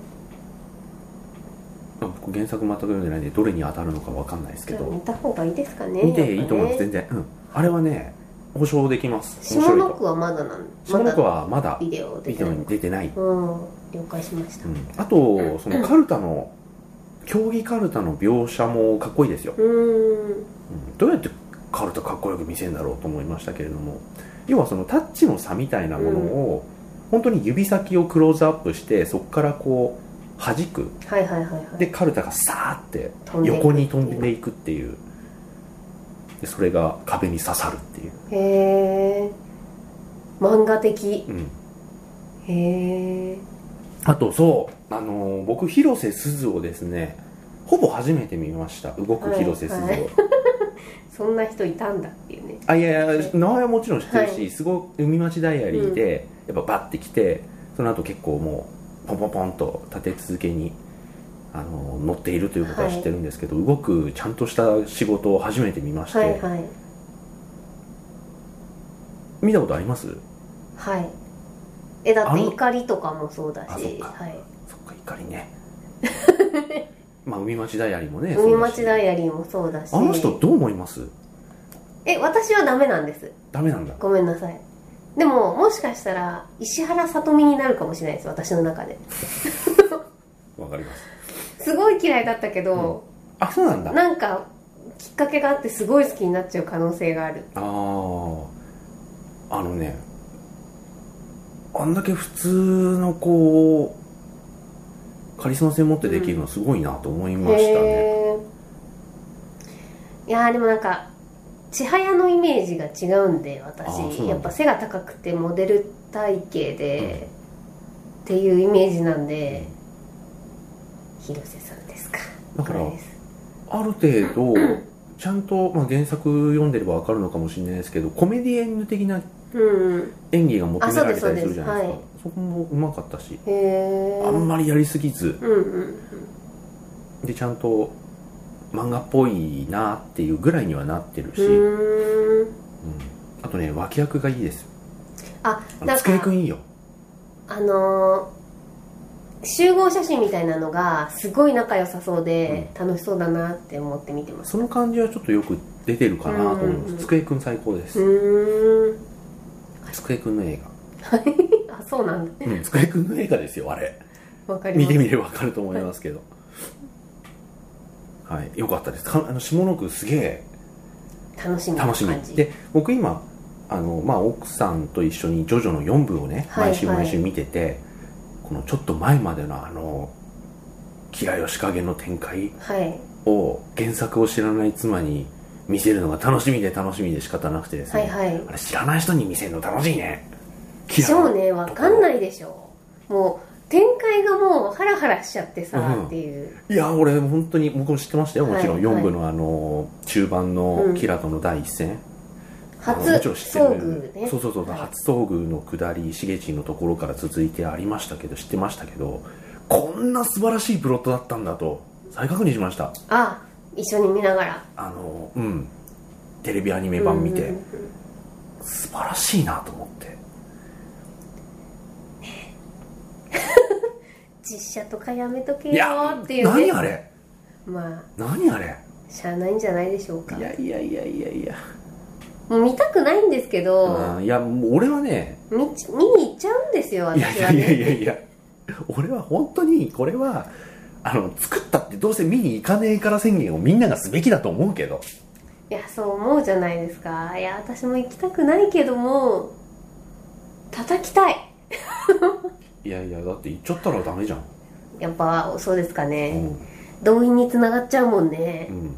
Speaker 1: あ僕原作全く読んでないんでどれに当たるのかわかんないですけ
Speaker 2: じゃあ見
Speaker 1: ど
Speaker 2: た方がいいですかね
Speaker 1: 見ていいと思います
Speaker 2: や
Speaker 1: 全
Speaker 2: っ
Speaker 1: 然、うん、あれはね保証できます面
Speaker 2: ぱね下
Speaker 1: 白い
Speaker 2: の
Speaker 1: と
Speaker 2: 句はまだなん
Speaker 1: 下
Speaker 2: ま
Speaker 1: の
Speaker 2: だ
Speaker 1: 子はまだ
Speaker 2: ビデオ出
Speaker 1: ビ
Speaker 2: て
Speaker 1: デ
Speaker 2: な
Speaker 1: オ
Speaker 2: い
Speaker 1: に出てない、
Speaker 2: うん了解しました
Speaker 1: うんあとそのカルタの競技カルタの描写もかっこいいですよ、
Speaker 2: うん
Speaker 1: うんどうやってカルタかっこよく見せるんだろうと思いましたけれども要はそのタッチの差みたいなものを、本当に指先をクローズアップしてそこからこう弾く
Speaker 2: はいはいはいはい
Speaker 1: でカルタがさーって
Speaker 2: 飛んでいく
Speaker 1: 横に飛んでいくっていうでそれが壁に刺さるっていう、
Speaker 2: へえ漫画的
Speaker 1: うん、
Speaker 2: へえ
Speaker 1: あとそうあのー僕広瀬すずをですねほぼ初めて見ました動く広瀬すずを、
Speaker 2: はいはいそんな人いたんだっていうね
Speaker 1: あいやいや名前はもちろん知ってるし、
Speaker 2: はい
Speaker 1: すごい海町ダイアリーで、やっぱバッて来てその後結構もうポンポンポンと立て続けにあの乗っているということは知ってるんですけど、動くちゃんとした仕事を初めて見まして、
Speaker 2: はいはい
Speaker 1: 見たことあります
Speaker 2: はいえだっ
Speaker 1: あ
Speaker 2: て
Speaker 1: の
Speaker 2: 怒りとかもそうだ
Speaker 1: あそっ
Speaker 2: し
Speaker 1: か
Speaker 2: はい
Speaker 1: そっか怒り ねまあ海町ダイアリーもね
Speaker 2: 海町ダ
Speaker 1: イ
Speaker 2: イアリーもそうだし
Speaker 1: あの人どう思います
Speaker 2: え私はダメなんです
Speaker 1: ダメなんだ
Speaker 2: ごめんなさいでももしかしたら石原さとみになるかもしれないです私の中で
Speaker 1: わかります
Speaker 2: すごい嫌いだったけど、
Speaker 1: あそうなんだあ
Speaker 2: なんかきっかけがあってすごい好きになっちゃう可能性がある
Speaker 1: あーあのねあんだけ普通のこうカリスマ性持ってできるのすごいなと思いましたね、
Speaker 2: へえいやーでもなんか千早のイメージが違うんで
Speaker 1: あーそうなんだ
Speaker 2: 私やっぱ背が高くてモデル体型で、っていうイメージなんで、広瀬さんですか
Speaker 1: だから
Speaker 2: これです
Speaker 1: ある程度ちゃんと、まあ、原作読んでればわかるのかもしれないですけどコメディエンヌ的な
Speaker 2: うんうん
Speaker 1: 演技が求められたり
Speaker 2: あ
Speaker 1: す
Speaker 2: そうです
Speaker 1: るじゃないですか
Speaker 2: そうで
Speaker 1: そこもうまかったし
Speaker 2: へえ
Speaker 1: あんまりやりすぎず
Speaker 2: うんうん
Speaker 1: でちゃんと漫画っぽいなっていうぐらいにはなってる
Speaker 2: う
Speaker 1: し、うん
Speaker 2: ーん
Speaker 1: あとね脇役がいいです
Speaker 2: あ
Speaker 1: あ
Speaker 2: な
Speaker 1: の
Speaker 2: ん
Speaker 1: 机
Speaker 2: か
Speaker 1: くんいいよ
Speaker 2: あのー集合写真みたいなのがすごい仲良さそうで、楽しそうだなって思って見てます
Speaker 1: その感じはちょっとよく出てるかなと思います、
Speaker 2: うん
Speaker 1: 机くん最高です、
Speaker 2: うーん
Speaker 1: 机くんの映
Speaker 2: あそうなんだ
Speaker 1: 画、うん、机くんの映画ですよあれ
Speaker 2: わかりま
Speaker 1: 見
Speaker 2: す
Speaker 1: てみればわかると思いますけどはいよかったですかあの下の句すげえ
Speaker 2: 楽しみな
Speaker 1: 楽し
Speaker 2: 感じ
Speaker 1: みで僕今あの、まあ、奥さんと一緒に「ジョジョ」の4部をね
Speaker 2: はい
Speaker 1: 毎週
Speaker 2: はい
Speaker 1: 毎週見てて、このちょっと前までのあの吉良義景の展開
Speaker 2: はい
Speaker 1: を原作を知らない妻に見せるのが楽しみで楽しみで仕方なくてです
Speaker 2: は
Speaker 1: ね、
Speaker 2: いはい
Speaker 1: あれ知らない人に見せるの楽しいね吉
Speaker 2: そ
Speaker 1: 良
Speaker 2: うねわかんないでしょもう展開がもうハラハラしちゃってさ、
Speaker 1: うん
Speaker 2: っていう
Speaker 1: いや俺本当に僕も知ってましたよもちろん
Speaker 2: はいはい
Speaker 1: 4部のあの中盤の
Speaker 2: うん
Speaker 1: キラとの第一戦、
Speaker 2: 初
Speaker 1: もちろん知ってる
Speaker 2: 遭遇ね
Speaker 1: そうそうそう、
Speaker 2: はい
Speaker 1: 初遭遇の下り重地のところから続いてありましたけど知ってましたけどこんな素晴らしいプロットだったんだと再確認しました
Speaker 2: あ一緒に見ながら
Speaker 1: あのうんテレビアニメ版見て、
Speaker 2: うん
Speaker 1: 素晴らしいなと思って
Speaker 2: 実写とかやめとけ
Speaker 1: い
Speaker 2: よ
Speaker 1: や
Speaker 2: っていう
Speaker 1: 何
Speaker 2: ね
Speaker 1: あれ
Speaker 2: まあ
Speaker 1: 何あれ
Speaker 2: しゃあないんじゃないでしょうか
Speaker 1: いやいやいやいやいや、
Speaker 2: もう見たくないんですけど、
Speaker 1: うんいやもう俺はね
Speaker 2: み見に行っちゃうんですよ
Speaker 1: いや
Speaker 2: 私
Speaker 1: い
Speaker 2: は
Speaker 1: やいやい
Speaker 2: ね
Speaker 1: やいや俺は本当にこれはあの作ったってどうせ見に行かねえから宣言をみんながすべきだと思うけど
Speaker 2: いやそう思うじゃないですかいや私も行きたくないけども叩きたい
Speaker 1: いやいやだって行っちゃったらダメじゃん
Speaker 2: やっぱそうですか
Speaker 1: う
Speaker 2: ね、
Speaker 1: ん、
Speaker 2: 動員につながっちゃうもんね、
Speaker 1: うん、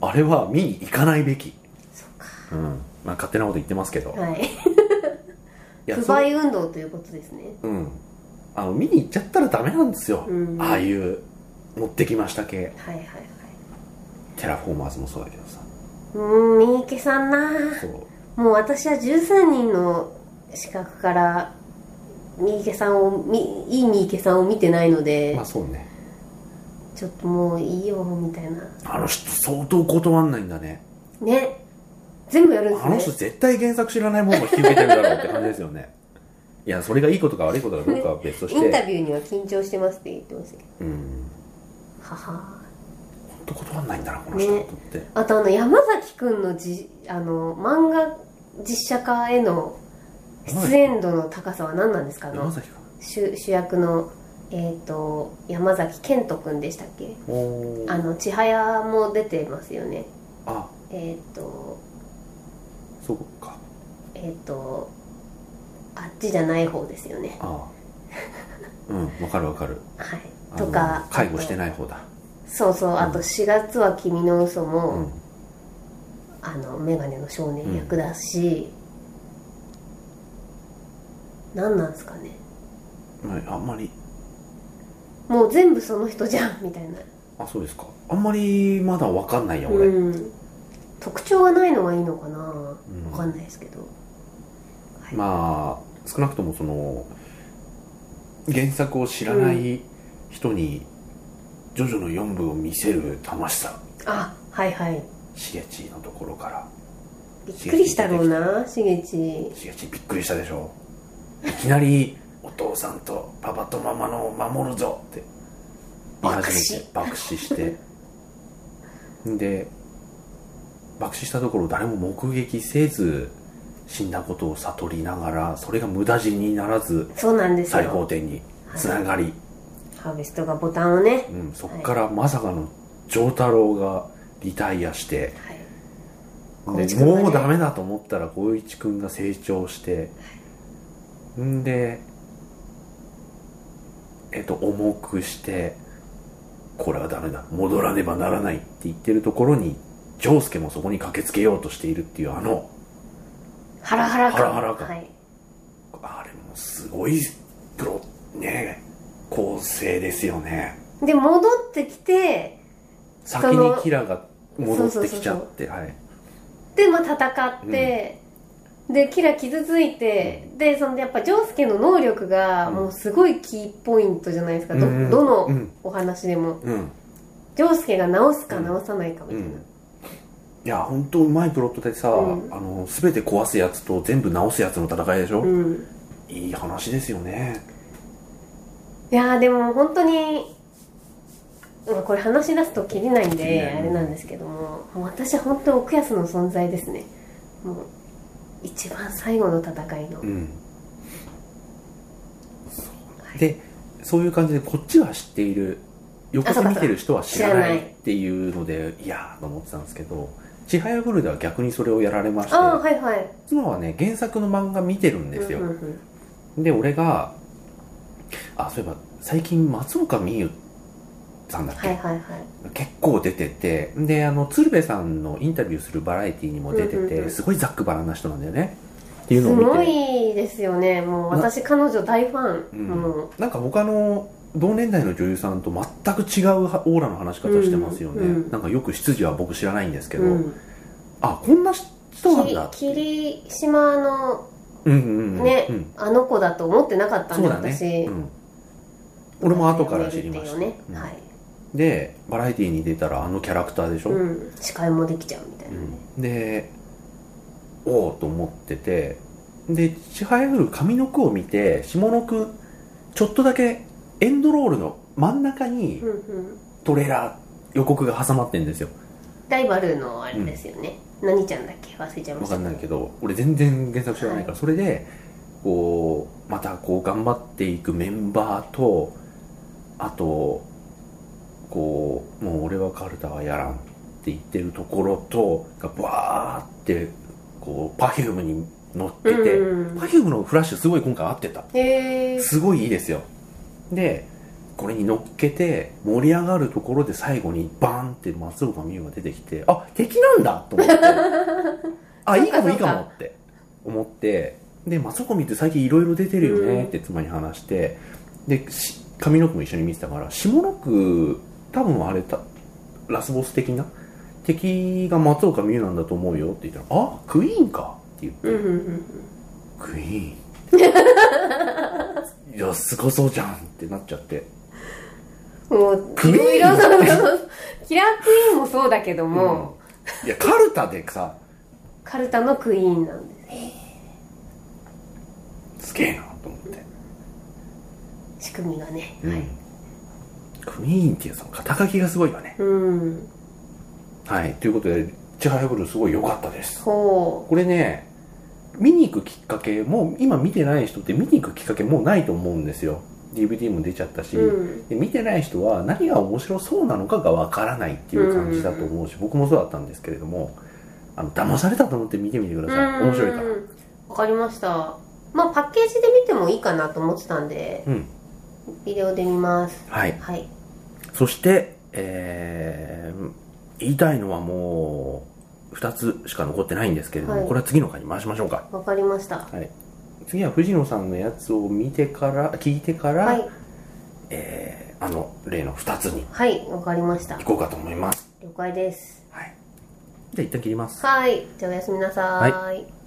Speaker 1: あれは見に行かないべき
Speaker 2: そうか
Speaker 1: うんまあ勝手なこと言ってますけど、い、
Speaker 2: はい
Speaker 1: や
Speaker 2: 不
Speaker 1: そう
Speaker 2: 買運動ということですね
Speaker 1: うんあの見に行っちゃったらダメなんですよ、
Speaker 2: うん
Speaker 1: ああいう持ってきました系
Speaker 2: はいはいはい
Speaker 1: テラフォーマーズもそうだけどさ
Speaker 2: うーん三池さんな
Speaker 1: そう
Speaker 2: もう私は13人の資格から三池さんをみいい三池さんを見てないので、
Speaker 1: まあそうね
Speaker 2: ちょっともういいよみたいな
Speaker 1: あの人相当断んないんだね
Speaker 2: ね全部やるんです
Speaker 1: あ
Speaker 2: ね
Speaker 1: の人絶対原作知らないもんも引き受けてるだろうって感じですよ ねいやそれがいいことか悪いことかどうかは別とし
Speaker 2: インタ
Speaker 1: て
Speaker 2: ビューには緊張してますって言ってましたけど
Speaker 1: うん
Speaker 2: はは
Speaker 1: 本当断んないんだなこの人、
Speaker 2: ね
Speaker 1: と思って
Speaker 2: あとあの山崎くんのじあの漫画実写化への出演度の高さは何なんですかあ
Speaker 1: 山
Speaker 2: の
Speaker 1: 崎か
Speaker 2: 主主役のえっ、と山崎賢人くんでしたっけ
Speaker 1: おー
Speaker 2: あの千早も出てますよね
Speaker 1: あ
Speaker 2: えっ、と
Speaker 1: そうか
Speaker 2: えっ、とあっちじゃない方ですよね
Speaker 1: ああうんわかるわかる
Speaker 2: はい
Speaker 1: あの
Speaker 2: とか
Speaker 1: 介護して
Speaker 2: い
Speaker 1: ない方だ
Speaker 2: そうそうあと4月は君の嘘も、
Speaker 1: うん
Speaker 2: あの眼鏡の少年役だし、なん、なんですかね
Speaker 1: はいあんまり
Speaker 2: もう全部その人じゃんみたいな、
Speaker 1: あそうですかあんまりまだわかんないや俺、
Speaker 2: うん、特徴がないのがいいのかなわ
Speaker 1: うん
Speaker 2: かんないですけど、はい
Speaker 1: まあ少なくともその原作を知らない人に「ジョジョの4部」を見せる楽しさ
Speaker 2: あはいはい
Speaker 1: しげちのところから
Speaker 2: びっくりしたろうなしげち
Speaker 1: しげちびっくりしたでしょいきなり「お父さんとパパとママのを守るぞ」って言い始めて爆死してで爆死したところ誰も目撃せず死んだことを悟りながらそれが無駄死にならず
Speaker 2: そうなんです
Speaker 1: 最高
Speaker 2: よ
Speaker 1: 点につながり、
Speaker 2: ハーベストがボタンをね、
Speaker 1: うん、そこからまさかの丈太郎がリタイアして、
Speaker 2: はい、光
Speaker 1: で
Speaker 2: 一君がね
Speaker 1: もうダメだと思ったら光一君が成長して、んでえっと重くしてこれはダメだ戻らねばならないって言ってるところに丈介もそこに駆けつけようとしているっていうあの
Speaker 2: ハラハラ感
Speaker 1: ハラハラ感
Speaker 2: はい、
Speaker 1: あれもすごいプロね構成ですよね
Speaker 2: で戻ってきて
Speaker 1: 先にキラが戻ってきちゃってはい
Speaker 2: でまあ戦って、でキラ傷ついて、でそのやっぱジョウスケの能力が
Speaker 1: うん
Speaker 2: もうすごいキーポイントじゃないですか、
Speaker 1: うんうん
Speaker 2: どど
Speaker 1: う
Speaker 2: の
Speaker 1: ん
Speaker 2: お話でも
Speaker 1: うん
Speaker 2: ジョウスケが治すか治さないかみたいな、
Speaker 1: うんいや本当うまいプロットでさ、
Speaker 2: うん
Speaker 1: あの全て壊すやつと全部直すやつの戦いでしょ、
Speaker 2: うん
Speaker 1: いい話ですよね
Speaker 2: いやーでも本当にまあこれ話し出すときりないん
Speaker 1: 切りな
Speaker 2: で
Speaker 1: い
Speaker 2: あれなんですけどももう私は本当に奥安の存在ですねもう一番最後の戦いの、
Speaker 1: うん
Speaker 2: はい
Speaker 1: でそういう感じでこっちは知っている横
Speaker 2: あそう
Speaker 1: で
Speaker 2: か
Speaker 1: 見てる人は知ら
Speaker 2: 知ら
Speaker 1: な
Speaker 2: ないい
Speaker 1: っていうのでいやーと思ってたんですけど「ちはやぶる」では逆にそれをやられまして
Speaker 2: ああはいはい
Speaker 1: 妻はね原作の漫画見てるんですよ、
Speaker 2: うんうんうん
Speaker 1: で俺があそういえば最近松岡美優さんだっけ、
Speaker 2: はいはいはい
Speaker 1: 結構出ててであの鶴瓶さんのインタビューするバラエティにも出てて、
Speaker 2: うんうんうん
Speaker 1: すごいざっくばらんな人なんだよねっていう
Speaker 2: す
Speaker 1: のを見て
Speaker 2: ごいですよねもう私彼女大ファン、
Speaker 1: うん
Speaker 2: も
Speaker 1: なんか他の同年代の女優さんと全く違うオーラの話し方してますよね、
Speaker 2: うんうん
Speaker 1: なんかよく執事は僕知らないんですけ
Speaker 2: う、
Speaker 1: ど、
Speaker 2: うん、
Speaker 1: あこんな人なんだっていう
Speaker 2: 霧霧島の
Speaker 1: うんうんうん
Speaker 2: ね、
Speaker 1: うん
Speaker 2: あの子だと思ってなかったん
Speaker 1: そ
Speaker 2: で、
Speaker 1: うだ
Speaker 2: 私、
Speaker 1: ね、うん、俺も後から知りました、
Speaker 2: ね、
Speaker 1: うん
Speaker 2: はい、
Speaker 1: でバラエティに出たらあのキャラクターでしょ、
Speaker 2: うん、司会もできちゃうみたいなね、
Speaker 1: でおおと思っててでちはやふる上の句を見て下の句ちょっとだけエンドロールの真ん中に
Speaker 2: うんうん、
Speaker 1: トレーラー予告が挟まってんですよ
Speaker 2: ライバルのあれですよね、何ちゃんだっけ忘れちゃいま
Speaker 1: わ
Speaker 2: した
Speaker 1: かんないけど俺全然原作知らないから、それでこうまたこう頑張っていくメンバーとあとこうもう俺はカルタはやらんって言ってるところとがバーってこうパフュームに乗ってて、
Speaker 2: うんうん
Speaker 1: パフュームのフラッシュすごい今回合ってた
Speaker 2: へえ
Speaker 1: すごいいいですよでこれに乗っけて盛り上がるところで最後にバーンって松岡美優が出てきてあ敵なんだと思って あ
Speaker 2: そうか
Speaker 1: いいかもいいか
Speaker 2: そ
Speaker 1: も
Speaker 2: う
Speaker 1: って思ってで松岡美優って最近いろいろ出てるよねって妻に話してでし上の句も一緒に見てたから下の句多分あれたラスボス的な敵が松岡美優なんだと思うよって言ったら「あクイーンか」って言って
Speaker 2: うんうんうん
Speaker 1: クイーンいやすごそうじゃんってなっちゃって
Speaker 2: うんもう
Speaker 1: クイーン
Speaker 2: いろいろその キラークイーンもそうだけども、
Speaker 1: うんいやカルタでさ
Speaker 2: カルタのクイーンなんです
Speaker 1: げえなと思って、
Speaker 2: す仕組みがね、
Speaker 1: うん
Speaker 2: はい
Speaker 1: クイーンっていうその肩書きがすごいよね
Speaker 2: うん
Speaker 1: はいということで「ちはやぶる」すごい良かったです
Speaker 2: そ
Speaker 1: これね見に行くきっかけもう今見てない人って見に行くきっかけもうないと思うんですよ DVD も出ちゃったし、
Speaker 2: ううん
Speaker 1: で見てない人は何が面白そうなのかがわからないっていう感じだと思うし、僕もそうだったんですけれどもあの騙されたと思って見てみてください、面白いから
Speaker 2: うんわかりましたまあパッケージで見てもいいかなと思ってたんで
Speaker 1: うん
Speaker 2: ビデオで見ます
Speaker 1: はい
Speaker 2: はい
Speaker 1: そして、えー言いたいのはもう2つしか残ってないんですけれども、
Speaker 2: はい
Speaker 1: これは次の回に回しましょうか、
Speaker 2: わかりました
Speaker 1: はい、次は藤野さんのやつを見てから聞いてから、
Speaker 2: はい
Speaker 1: えーあの例の2つに
Speaker 2: はいわかりました
Speaker 1: 行こうかと思います、
Speaker 2: 了解です
Speaker 1: はい、じゃあ一旦切ります
Speaker 2: はいじゃあおやすみなさーい